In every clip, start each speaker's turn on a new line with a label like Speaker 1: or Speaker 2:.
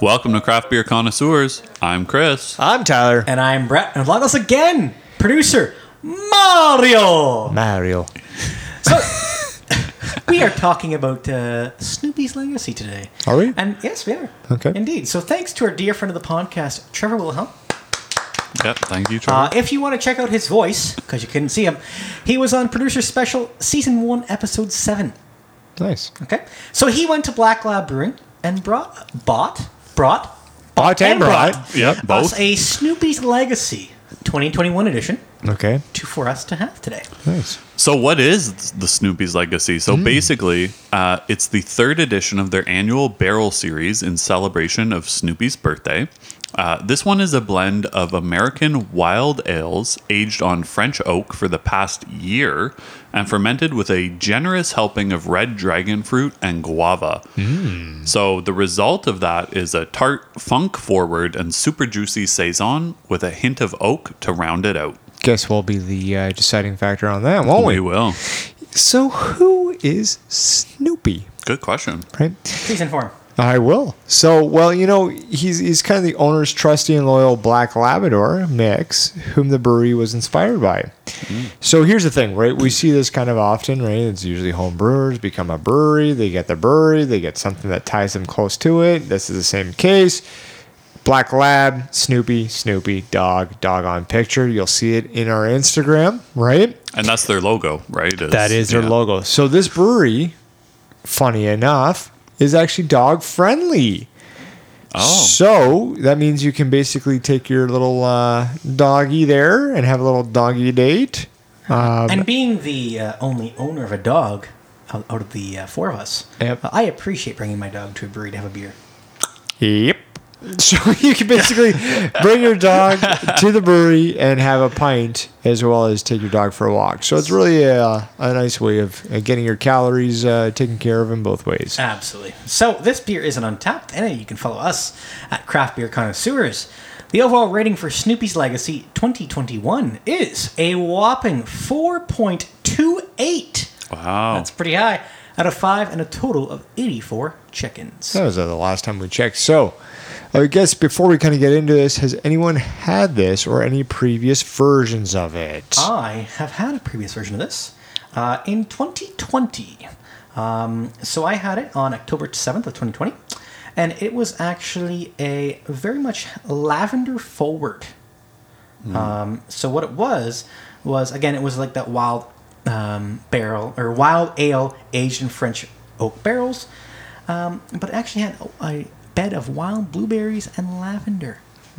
Speaker 1: Welcome to Craft Beer Connoisseurs. I'm Chris.
Speaker 2: I'm Tyler.
Speaker 3: And I'm Brett, and along with us again, producer Mario.
Speaker 2: Mario.
Speaker 3: So we are talking about uh, Snoopy's legacy today.
Speaker 2: Are we?
Speaker 3: And yes, we are.
Speaker 2: Okay.
Speaker 3: Indeed. So thanks to our dear friend of the podcast, Trevor Wilhelm.
Speaker 1: Yep, thank you,
Speaker 3: Uh,
Speaker 1: Trevor.
Speaker 3: if you want to check out his voice, because you couldn't see him, he was on Producer Special Season 1, Episode 7.
Speaker 2: Nice.
Speaker 3: Okay. So he went to Black Lab Brewing and brought, bought, brought
Speaker 2: Bought and
Speaker 3: Uh,
Speaker 2: brought.
Speaker 1: yep, both.
Speaker 3: us a Snoopy's Legacy 2021 edition
Speaker 2: Okay.
Speaker 3: to, for us to have today.
Speaker 2: Nice.
Speaker 1: So, what is the Snoopy's legacy? So, basically, uh, it's the third edition of their annual barrel series in celebration of Snoopy's birthday. Uh, this one is a blend of American wild ales aged on French oak for the past year and fermented with a generous helping of red dragon fruit and guava. So, the result of that is a tart, funk forward, and super juicy Saison with a hint of oak to round it out.
Speaker 2: Guess we'll be the uh, deciding factor on that, won't
Speaker 1: we
Speaker 2: we?
Speaker 1: will.
Speaker 2: So, who is Snoopy?
Speaker 1: Good question.
Speaker 2: Right?
Speaker 3: Please inform.
Speaker 2: I will. So, well, you know, he's he's kind of the owner's trusty and loyal black Labrador mix, whom the brewery was inspired by. So here's the thing, right? We see this kind of often, right? It's usually home brewers become a brewery, they get the brewery, they get something that ties them close to it. This is the same case. Black Lab, Snoopy, Snoopy, dog, dog on picture. You'll see it in our Instagram, right?
Speaker 1: And that's their logo, right? Is-
Speaker 2: That is their
Speaker 1: yeah.
Speaker 2: logo. So this brewery, funny enough, is actually dog friendly.
Speaker 1: Oh,
Speaker 2: So that means you can basically take your little uh, doggy there and have a little doggy date.
Speaker 3: and being the uh, only owner of a dog out, out of the uh, four of us,
Speaker 2: Yep.
Speaker 3: I appreciate bringing my dog to a brewery to have a beer.
Speaker 2: Yep. So you can basically bring your dog to the brewery and have a pint, as well as take your dog for a walk. So it's really a, a nice way of uh, getting your calories uh, taken care of in both ways.
Speaker 3: Absolutely. So this beer isn't untapped, and you can follow us at Craft Beer Connoisseurs. The overall rating for Snoopy's Legacy 2021 is a whopping 4.28.
Speaker 1: wow.
Speaker 3: That's pretty high. Out of five, and a total of 84 chickens.
Speaker 2: That was uh, the last time we checked. So, I guess before we kind of get into this, has anyone had this or any previous versions of it?
Speaker 3: I have had a previous version of this uh, in 2020. Um, so I had it on October 7th of 2020, and it was actually a very much lavender forward. Um, so what it was was again, it was like that wild um, barrel or wild ale aged in French oak barrels, um, but it actually had a bed of wild blueberries and lavender.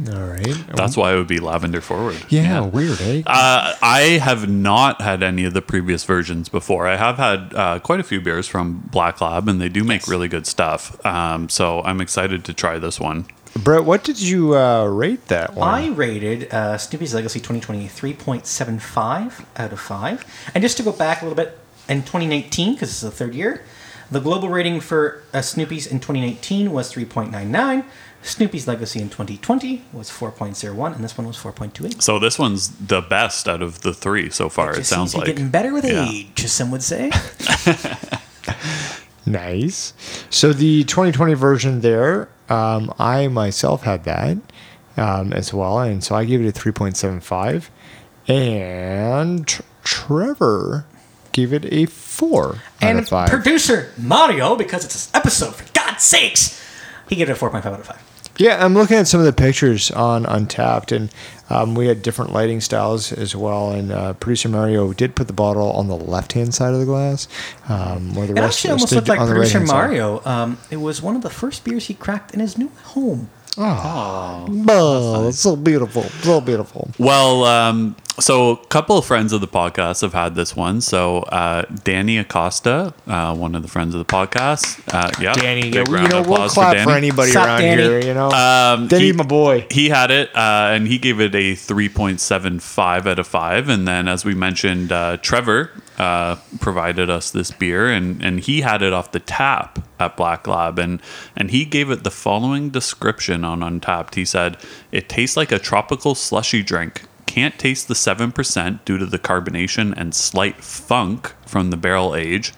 Speaker 2: All right.
Speaker 1: That's why it would be lavender forward.
Speaker 2: Yeah, weird, eh?
Speaker 1: Uh, I have not had any of the previous versions before. I have had uh, quite a few beers from Black Lab, and they do make really good stuff. Um, so I'm excited to try this one.
Speaker 2: Brett, what did you uh, rate that
Speaker 3: I
Speaker 2: one?
Speaker 3: rated uh, Snoopy's Legacy 2020 3.75 out of 5. And just to go back a little bit, in 2019, because this is the third year, the global rating for uh, Snoopy's in 2019 was 3.99. Snoopy's Legacy in 2020 was 4.01, and this one was 4.28.
Speaker 1: So this one's the best out of the three so far. It,
Speaker 3: Just
Speaker 1: sounds
Speaker 3: seems to be
Speaker 1: like.
Speaker 3: getting better with
Speaker 1: Yeah.
Speaker 3: age, as some would say.
Speaker 2: nice. So the 2020 version there, um, I myself had that um, as well, and so I gave it a 3.75, and Tr- Trevor gave it a four out
Speaker 3: and
Speaker 2: of five.
Speaker 3: producer Mario, because it's an episode, for God's sakes, he gave it a 4.5 out of 5.
Speaker 2: Yeah, I'm looking at some of the pictures on Untapped, and um, we had different lighting styles as well. And uh, producer Mario did put the bottle on the left hand side of the glass, um, where the
Speaker 3: It
Speaker 2: rest
Speaker 3: actually
Speaker 2: of us
Speaker 3: almost
Speaker 2: did
Speaker 3: looked like
Speaker 2: on the
Speaker 3: producer
Speaker 2: right-hand side.
Speaker 3: Mario. Um, it was one of the first beers he cracked in his new home.
Speaker 2: Oh, it's so beautiful, so beautiful.
Speaker 1: Well, um, so a couple of friends of the podcast have had this one. So uh, Danny Acosta, uh, one of the friends of the podcast, uh, yeah,
Speaker 2: Danny,
Speaker 1: big
Speaker 2: you
Speaker 1: round
Speaker 2: know
Speaker 1: of
Speaker 2: we'll
Speaker 1: applause
Speaker 2: clap for, anybody
Speaker 3: Sup,
Speaker 2: around
Speaker 3: Danny?
Speaker 2: here. You know,
Speaker 1: Um,
Speaker 2: Danny,
Speaker 1: he-
Speaker 2: my boy.
Speaker 1: He had it, uh, and he gave it a 3.75 out of 5. And then, as we mentioned, uh, Trevor uh, provided us this beer, and, and he had it off the tap at Black Lab. And, and he gave it the following description on Untapped. He said, It tastes like a tropical slushy drink. Can't taste the 7% due to the carbonation and slight funk from the barrel age.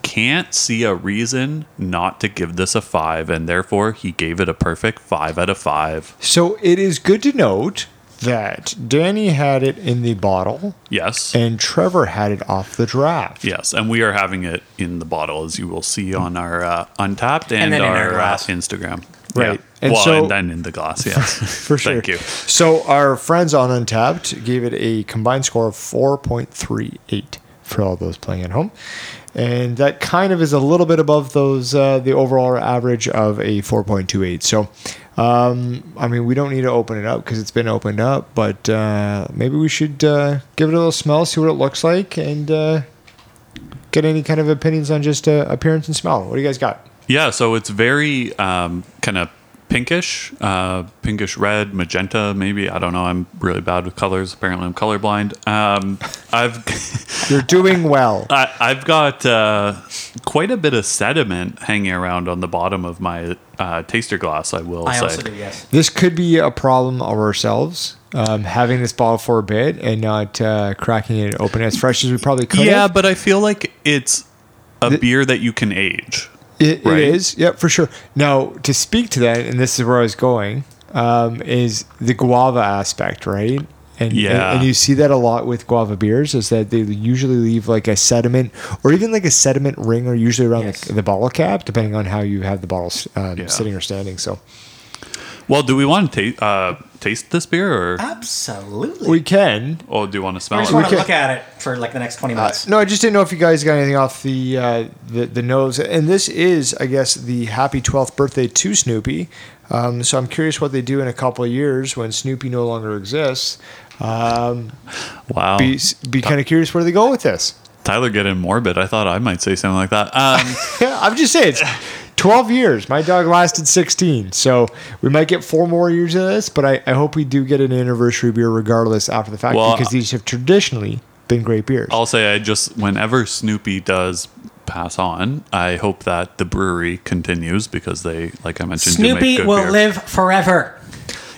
Speaker 1: can't see a reason not to give this a five, and therefore he gave it a perfect five out of five.
Speaker 2: So it is good to note that Danny had it in the bottle
Speaker 1: Yes.
Speaker 2: and Trevor had it off the draft.
Speaker 1: Yes, and we are having it in the bottle, as you will see on our uh, Untapped
Speaker 3: And
Speaker 1: and,
Speaker 3: then in our
Speaker 1: our, uh,
Speaker 3: glass.
Speaker 1: Instagram.
Speaker 2: Right.
Speaker 1: Yeah.
Speaker 2: And
Speaker 1: well,
Speaker 2: so-
Speaker 1: and then in the glass, yes.
Speaker 2: For sure.
Speaker 1: Thank you.
Speaker 2: So our friends on Untapped gave it a combined score of 4.38 for all those playing at home. And that kind of is a little bit above those uh, the overall average of a 4.28. So um, I mean, we don't need to open it up because it's been opened up, but uh, maybe we should uh, give it a little smell, see what it looks like, and uh, get any kind of opinions on just uh, appearance and smell. What do you guys got?
Speaker 1: Yeah, so it's very um, kind of pinkish, uh, pinkish red, magenta, maybe. I don't know. I'm really bad with colors. Apparently, I'm colorblind. Um, I've.
Speaker 2: You're doing well.
Speaker 1: I, I've got uh, quite a bit of sediment hanging around on the bottom of my uh, taster glass. I will
Speaker 3: I
Speaker 1: say.
Speaker 3: also do, yes.
Speaker 2: This could be a problem of ourselves um, having this bottle for a bit and not uh, cracking it open as fresh as we probably could.
Speaker 1: Yeah,
Speaker 2: have.
Speaker 1: but I feel like it's a beer that you can age.
Speaker 2: It-
Speaker 1: right.
Speaker 2: it is. Yep, for sure. Now to speak to that, and this is where I was going, um, is the guava aspect, right? And,
Speaker 1: Yeah.
Speaker 2: and, and you see that a lot with guava beers is that they usually leave like a sediment or even like a sediment ring or usually around
Speaker 3: Yes.
Speaker 2: the, the bottle cap, depending on how you have the bottle um,
Speaker 1: Yeah.
Speaker 2: sitting or standing. So
Speaker 1: Well, do we want to ta- uh, taste this beer, or
Speaker 3: Absolutely.
Speaker 2: we can.
Speaker 1: oh, do you want to
Speaker 3: I
Speaker 1: smell
Speaker 3: just
Speaker 1: it?
Speaker 3: want to
Speaker 2: can-
Speaker 3: look at it for like the next 20
Speaker 2: Uh,
Speaker 3: minutes.
Speaker 2: no, I just didn't know if you guys got anything off the uh, the, the nose. And this is, I guess, the happy 12th birthday to Snoopy. Um, so I'm curious what they do in a couple of years when Snoopy no longer exists. Um,
Speaker 1: Wow,
Speaker 2: be be kind of curious where they go with this.
Speaker 1: Tyler getting morbid. I thought I might say something like that. Um,
Speaker 2: Yeah, I'm just saying, it's 12 years. My dog lasted 16, so we might get four more years of this. But I, I hope we do get an anniversary beer regardless after the fact
Speaker 1: Well,
Speaker 2: because these have traditionally been great beers.
Speaker 1: I'll say I just whenever Snoopy does pass on, I hope that the brewery continues because they, like I mentioned, do make
Speaker 3: Snoopy
Speaker 1: good
Speaker 3: will
Speaker 1: beer.
Speaker 3: live forever.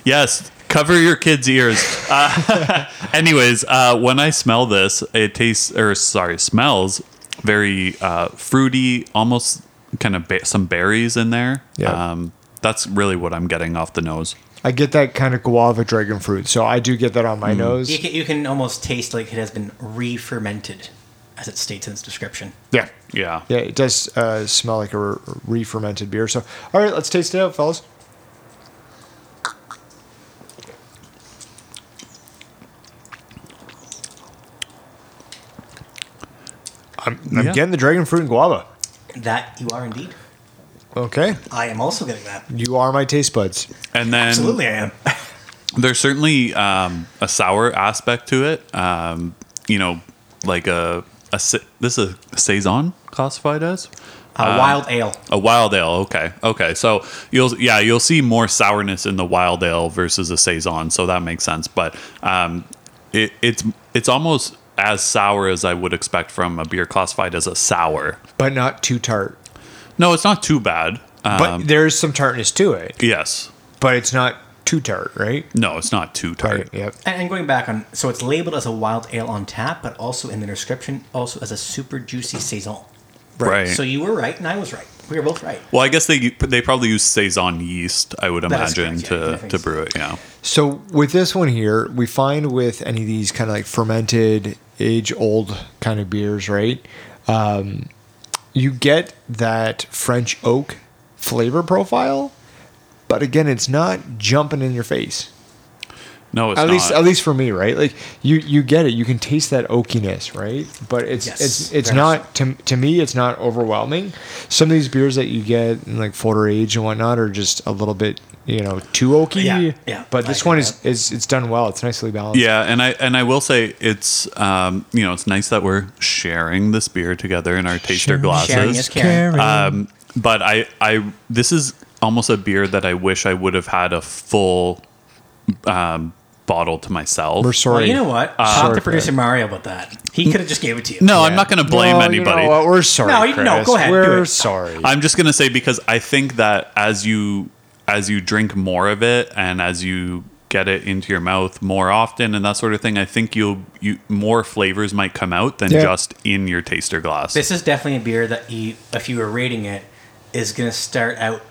Speaker 1: Yes, cover your kids' ears. Uh, anyways, uh, when I smell this, it tastes or sorry, smells very uh, fruity, almost kind of ba- some berries in there.
Speaker 2: Yeah.
Speaker 1: Um, that's really what I'm getting off the nose.
Speaker 2: I get that kind of guava dragon fruit, so I do get that on my
Speaker 1: Hmm.
Speaker 2: nose.
Speaker 3: You can, you can almost taste like it has been re fermented, as it states in its description.
Speaker 2: Yeah.
Speaker 1: Yeah.
Speaker 2: Yeah, it does uh, smell like a re fermented beer. So, all right, let's taste it out, fellas. I'm, I'm
Speaker 1: Yeah.
Speaker 2: getting the dragon fruit and guava.
Speaker 3: That you are indeed.
Speaker 2: Okay.
Speaker 3: I am also getting that.
Speaker 2: You are my taste buds.
Speaker 1: And then
Speaker 3: Absolutely, I am.
Speaker 1: there's certainly um, a sour aspect to it. Um, you know, like a, a sa- this is a saison classified as.
Speaker 3: A
Speaker 1: uh,
Speaker 3: wild ale.
Speaker 1: A wild ale, okay, okay. So you'll yeah you'll see more sourness in the wild ale versus a saison, so that makes sense. But um, it, it's it's almost as sour as I would expect from a beer classified as a sour.
Speaker 2: But not too tart.
Speaker 1: No, it's not too bad. Um,
Speaker 2: But there's some tartness to it,
Speaker 1: yes,
Speaker 2: but it's not too tart, right?
Speaker 1: no, it's not too tart.
Speaker 2: Right. Yep.
Speaker 3: And, and going back on, so it's labeled as a wild ale on tap, but also in the description, also as a super juicy saison.
Speaker 1: Right.
Speaker 3: So you were right, and I was right. We were both right.
Speaker 1: Well, I guess they they probably use saison yeast, I would
Speaker 3: That is
Speaker 1: imagine,
Speaker 3: correct, yeah, I
Speaker 1: to
Speaker 3: think
Speaker 1: to
Speaker 3: so.
Speaker 1: brew it. Yeah,
Speaker 2: So with this one here, we find with any of these kind of like fermented, age-old kind of beers, right? Um, you get that French oak flavor profile, but again, it's not jumping in your face.
Speaker 1: no, it's
Speaker 2: At
Speaker 1: not.
Speaker 2: least, at least for me, right? Like you, you get it. You can taste that oakiness, right? But it's
Speaker 3: Yes,
Speaker 2: it's it's
Speaker 3: very
Speaker 2: not to, to me. It's not overwhelming. Some of these beers that you get in like Folder Age and whatnot are just a little bit, you know, too oaky.
Speaker 3: Yeah, yeah,
Speaker 2: But
Speaker 3: I
Speaker 2: this
Speaker 3: agree
Speaker 2: one
Speaker 3: with
Speaker 2: is, is it's done well. It's nicely balanced.
Speaker 1: Yeah, and I and I will say it's um, you know it's nice that we're sharing this beer together in our taster glasses.
Speaker 3: Sharing is caring.
Speaker 2: Uh,
Speaker 1: Um, but I I this is almost a beer that I wish I would have had a full um, bottle to myself.
Speaker 2: We're sorry. Uh,
Speaker 3: Well, you know what?
Speaker 1: Uh,
Speaker 2: sorry
Speaker 3: Talk
Speaker 2: for
Speaker 3: to
Speaker 2: that.
Speaker 3: producer Mario about that. He could have just gave it to you.
Speaker 1: no, I'm not going to blame
Speaker 2: Well, you know
Speaker 1: anybody.
Speaker 2: what? We're sorry.
Speaker 3: No, you-
Speaker 2: Chris.
Speaker 3: no, go ahead, do
Speaker 2: We're
Speaker 3: it.
Speaker 2: sorry.
Speaker 1: I'm just gonna say because I think that as you as you drink more of it and as you get it into your mouth more often and that sort of thing, I think you'll you more flavors might come out than
Speaker 2: Yeah.
Speaker 1: just in your taster glass.
Speaker 3: This is definitely a beer that you, if you were rating it, is going to start out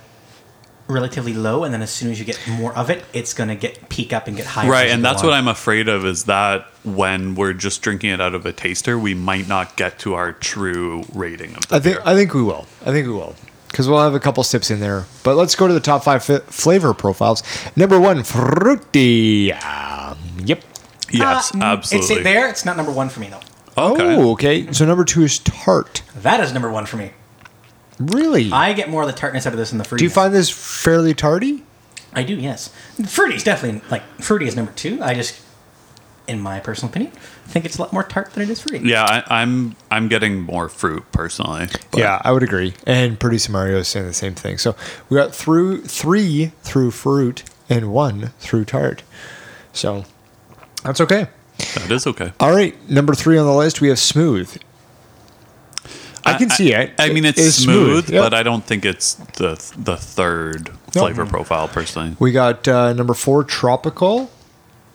Speaker 3: relatively low, and then as soon as you get more of it, it's going to get peak up and get higher.
Speaker 1: right, and that's what I'm afraid of is that when we're just drinking it out of a taster, we might not get to our true rating of the
Speaker 2: I think
Speaker 1: beer.
Speaker 2: I think we will. I think we will because we'll have a couple sips in there. But let's go to the top five fi- flavor profiles. Number one, fruity. Um, yep.
Speaker 1: yes, absolutely.
Speaker 3: Uh, mm, It's there. It's not number one for me though.
Speaker 1: Okay.
Speaker 2: Oh, okay. So number two is tart.
Speaker 3: That is number one for me.
Speaker 2: Really?
Speaker 3: I get more of the tartness out of this than the fruity.
Speaker 2: Do you find this fairly tardy?
Speaker 3: I do. Yes, fruity is definitely like fruity is number two. I just, in my personal opinion, think it's a lot more tart than it is fruity.
Speaker 1: Yeah, I, I'm I'm getting more fruit personally. but-
Speaker 2: Yeah, I would agree. And producer Mario is saying the same thing. So we got through three through fruit and one through tart. So that's okay.
Speaker 1: that is okay.
Speaker 2: All right, number three on the list, we have smooth. I can see it.
Speaker 1: I mean, it's
Speaker 2: is
Speaker 1: smooth,
Speaker 2: Yep.
Speaker 1: but I don't think it's the the third
Speaker 2: No.
Speaker 1: flavor profile personally.
Speaker 2: we got uh, number four, tropical.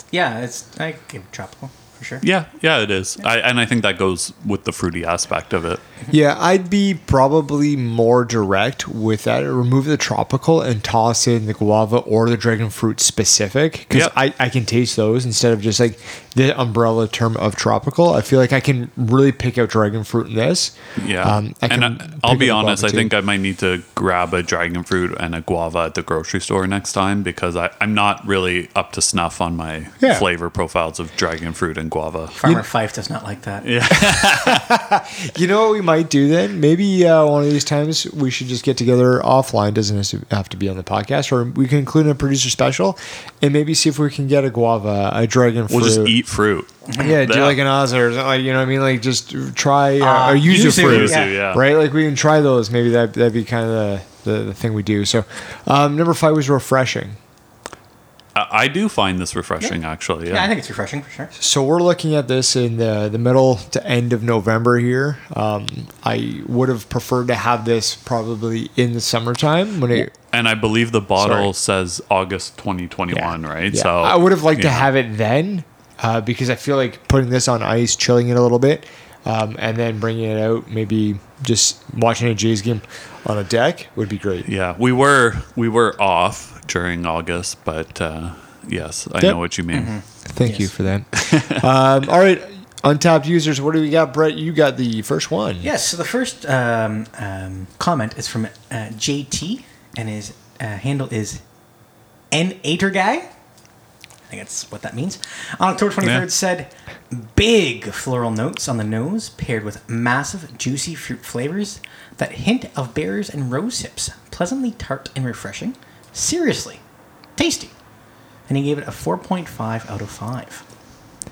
Speaker 3: Yeah, it's I give it tropical for sure.
Speaker 1: Yeah, yeah, it is. I, and I think that goes with the fruity aspect of it.
Speaker 2: Yeah, I'd be probably more direct with that. Remove the tropical and toss in the guava or the dragon fruit specific because
Speaker 1: Yep.
Speaker 2: I, I can taste those instead of just like the umbrella term of tropical. I feel like I can really pick out dragon fruit in this.
Speaker 1: Yeah.
Speaker 2: Um, I
Speaker 1: and
Speaker 2: can
Speaker 1: I,
Speaker 2: pick
Speaker 1: I'll
Speaker 2: up the
Speaker 1: be honest,
Speaker 2: guava
Speaker 1: I
Speaker 2: too.
Speaker 1: think I might need to grab a dragon fruit and a guava at the grocery store next time because I, I'm not really up to snuff on my
Speaker 2: Yeah.
Speaker 1: flavor profiles of dragon fruit and guava.
Speaker 3: Farmer Fife does not like that. Yeah.
Speaker 2: You know what we might do then? Maybe uh, one of these times we should just get together offline. Doesn't has to- have to be on the podcast, or we can include in a producer special, and maybe see if we can get a guava, a dragon fruit.
Speaker 1: We'll just eat fruit.
Speaker 2: Yeah, do
Speaker 1: Yeah.
Speaker 2: like an Oz or something. Like, you know what I mean? Like just try uh,
Speaker 3: Uh,
Speaker 2: a user
Speaker 3: yuzu,
Speaker 2: fruit,
Speaker 1: yeah. Yuzu, yeah.
Speaker 2: right? Like we can try those. Maybe that that'd be kind of the, the, the thing we do. So um, number five was refreshing.
Speaker 1: I, I do find this refreshing, actually. Yeah.
Speaker 3: I think it's refreshing for sure.
Speaker 2: So we're looking at this in the the middle to end of November here. Um, I would have preferred to have this probably in the summertime when it.
Speaker 1: and I believe the bottle says August 2021, right?
Speaker 2: Yeah.
Speaker 1: So
Speaker 2: I would have liked to
Speaker 1: yeah.
Speaker 2: have it then uh, because I feel like putting this on ice, chilling it a little bit, um, and then bringing it out, maybe just watching a Jays game on a deck would be great.
Speaker 1: Yeah, we were we were off during August, but uh, yes, I
Speaker 2: Yep.
Speaker 1: know what you mean.
Speaker 2: Thank you for that. um, all right, untapped users, what do we got, Brett? You got the first one.
Speaker 3: Yes. So the first um, um, comment is from uh, JT, and his uh, handle is N Ater Guy. I think that's what that means. On October twenty third,
Speaker 1: Yeah.
Speaker 3: said big floral notes on the nose paired with massive juicy fruit flavors that hint of berries and rose hips, pleasantly tart and refreshing. Seriously, tasty. And he gave it a four point five out of five.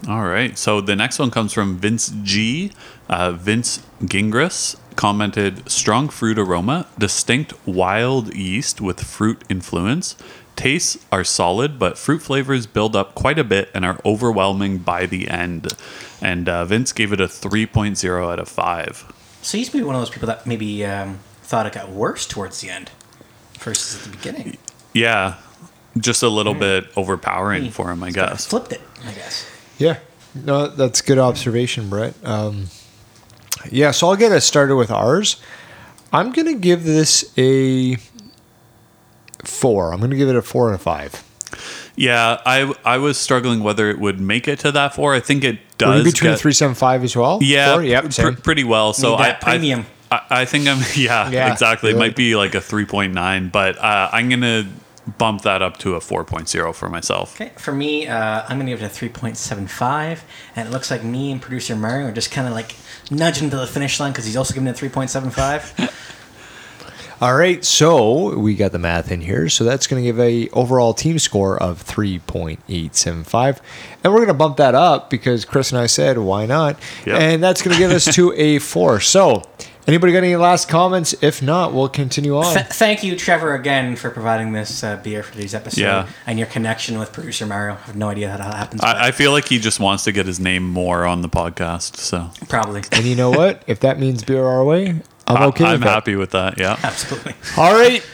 Speaker 1: All right. So the next one comes from Vince G. Uh, Vince Gingras commented strong fruit aroma, distinct wild yeast with fruit influence. Tastes are solid, but fruit flavors build up quite a bit and are overwhelming by the end. And uh, Vince gave it a 3.0 out of 5.
Speaker 3: So he's maybe one of those people that maybe um, thought it got worse towards the end versus at the beginning.
Speaker 1: Yeah, just a
Speaker 2: Hmm.
Speaker 1: little bit overpowering for him, I guess.
Speaker 3: Flipped it, I guess.
Speaker 2: Yeah. No, that's good observation, Brett. Um, yeah, so I'll get us started with ours. I'm going to give this a four. I'm going to give it a four and a five.
Speaker 1: Uh, Yeah, I I was struggling whether it would make it to that four. I think it
Speaker 2: Were
Speaker 1: does.
Speaker 2: you between
Speaker 1: get-
Speaker 2: a three seven five as well?
Speaker 1: Yeah,
Speaker 2: Four? Yep.
Speaker 1: pr-
Speaker 2: same.
Speaker 1: pretty well. So
Speaker 3: Need
Speaker 1: I
Speaker 3: that
Speaker 1: I-
Speaker 3: premium.
Speaker 1: I, I think I'm. Yeah,
Speaker 2: Yeah,
Speaker 1: exactly. It
Speaker 2: really.
Speaker 1: might be like a three point nine, but uh, I'm gonna bump that up to a 4.0 for myself.
Speaker 3: Okay, for me, uh, I'm going to give it a 3.75. And it looks like me and producer Mario are just kind of like nudging to the finish line because he's also giving it a 3.75.
Speaker 2: All right, so we got the math in here. So that's going to give a overall team score of 3.875. And we're going to bump that up because Chris and I said, why not?
Speaker 1: Yep.
Speaker 2: And that's going to give us to a 4. So, anybody got any last comments? If not, we'll continue on.
Speaker 1: Oh.
Speaker 3: Th- thank you, Trevor, again for providing this uh, beer for these episodes
Speaker 1: Yeah.
Speaker 3: and your connection with producer Mario. I have no idea how that happens. but
Speaker 1: I, I feel like he just wants to get his name more on the podcast. So
Speaker 3: probably.
Speaker 2: and you know what? If that means beer our way, I'm okay
Speaker 1: I, am
Speaker 2: with that.
Speaker 1: happy with that. Yeah.
Speaker 3: Absolutely.
Speaker 2: All right.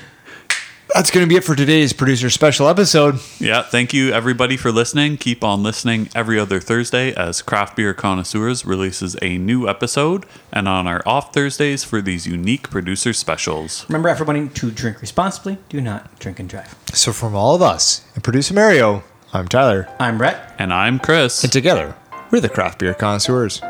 Speaker 2: That's going to be it for today's producer special episode.
Speaker 1: Yeah, thank you everybody for listening. Keep on listening every other Thursday as Craft Beer Connoisseurs releases a new episode and on our off Thursdays for these unique producer specials.
Speaker 3: Remember, everybody, to drink responsibly. Do not drink and drive.
Speaker 2: So, from all of us and producer Mario, I'm Tyler.
Speaker 3: I'm Brett.
Speaker 1: And I'm Chris.
Speaker 2: And together, we're the Craft Beer Connoisseurs.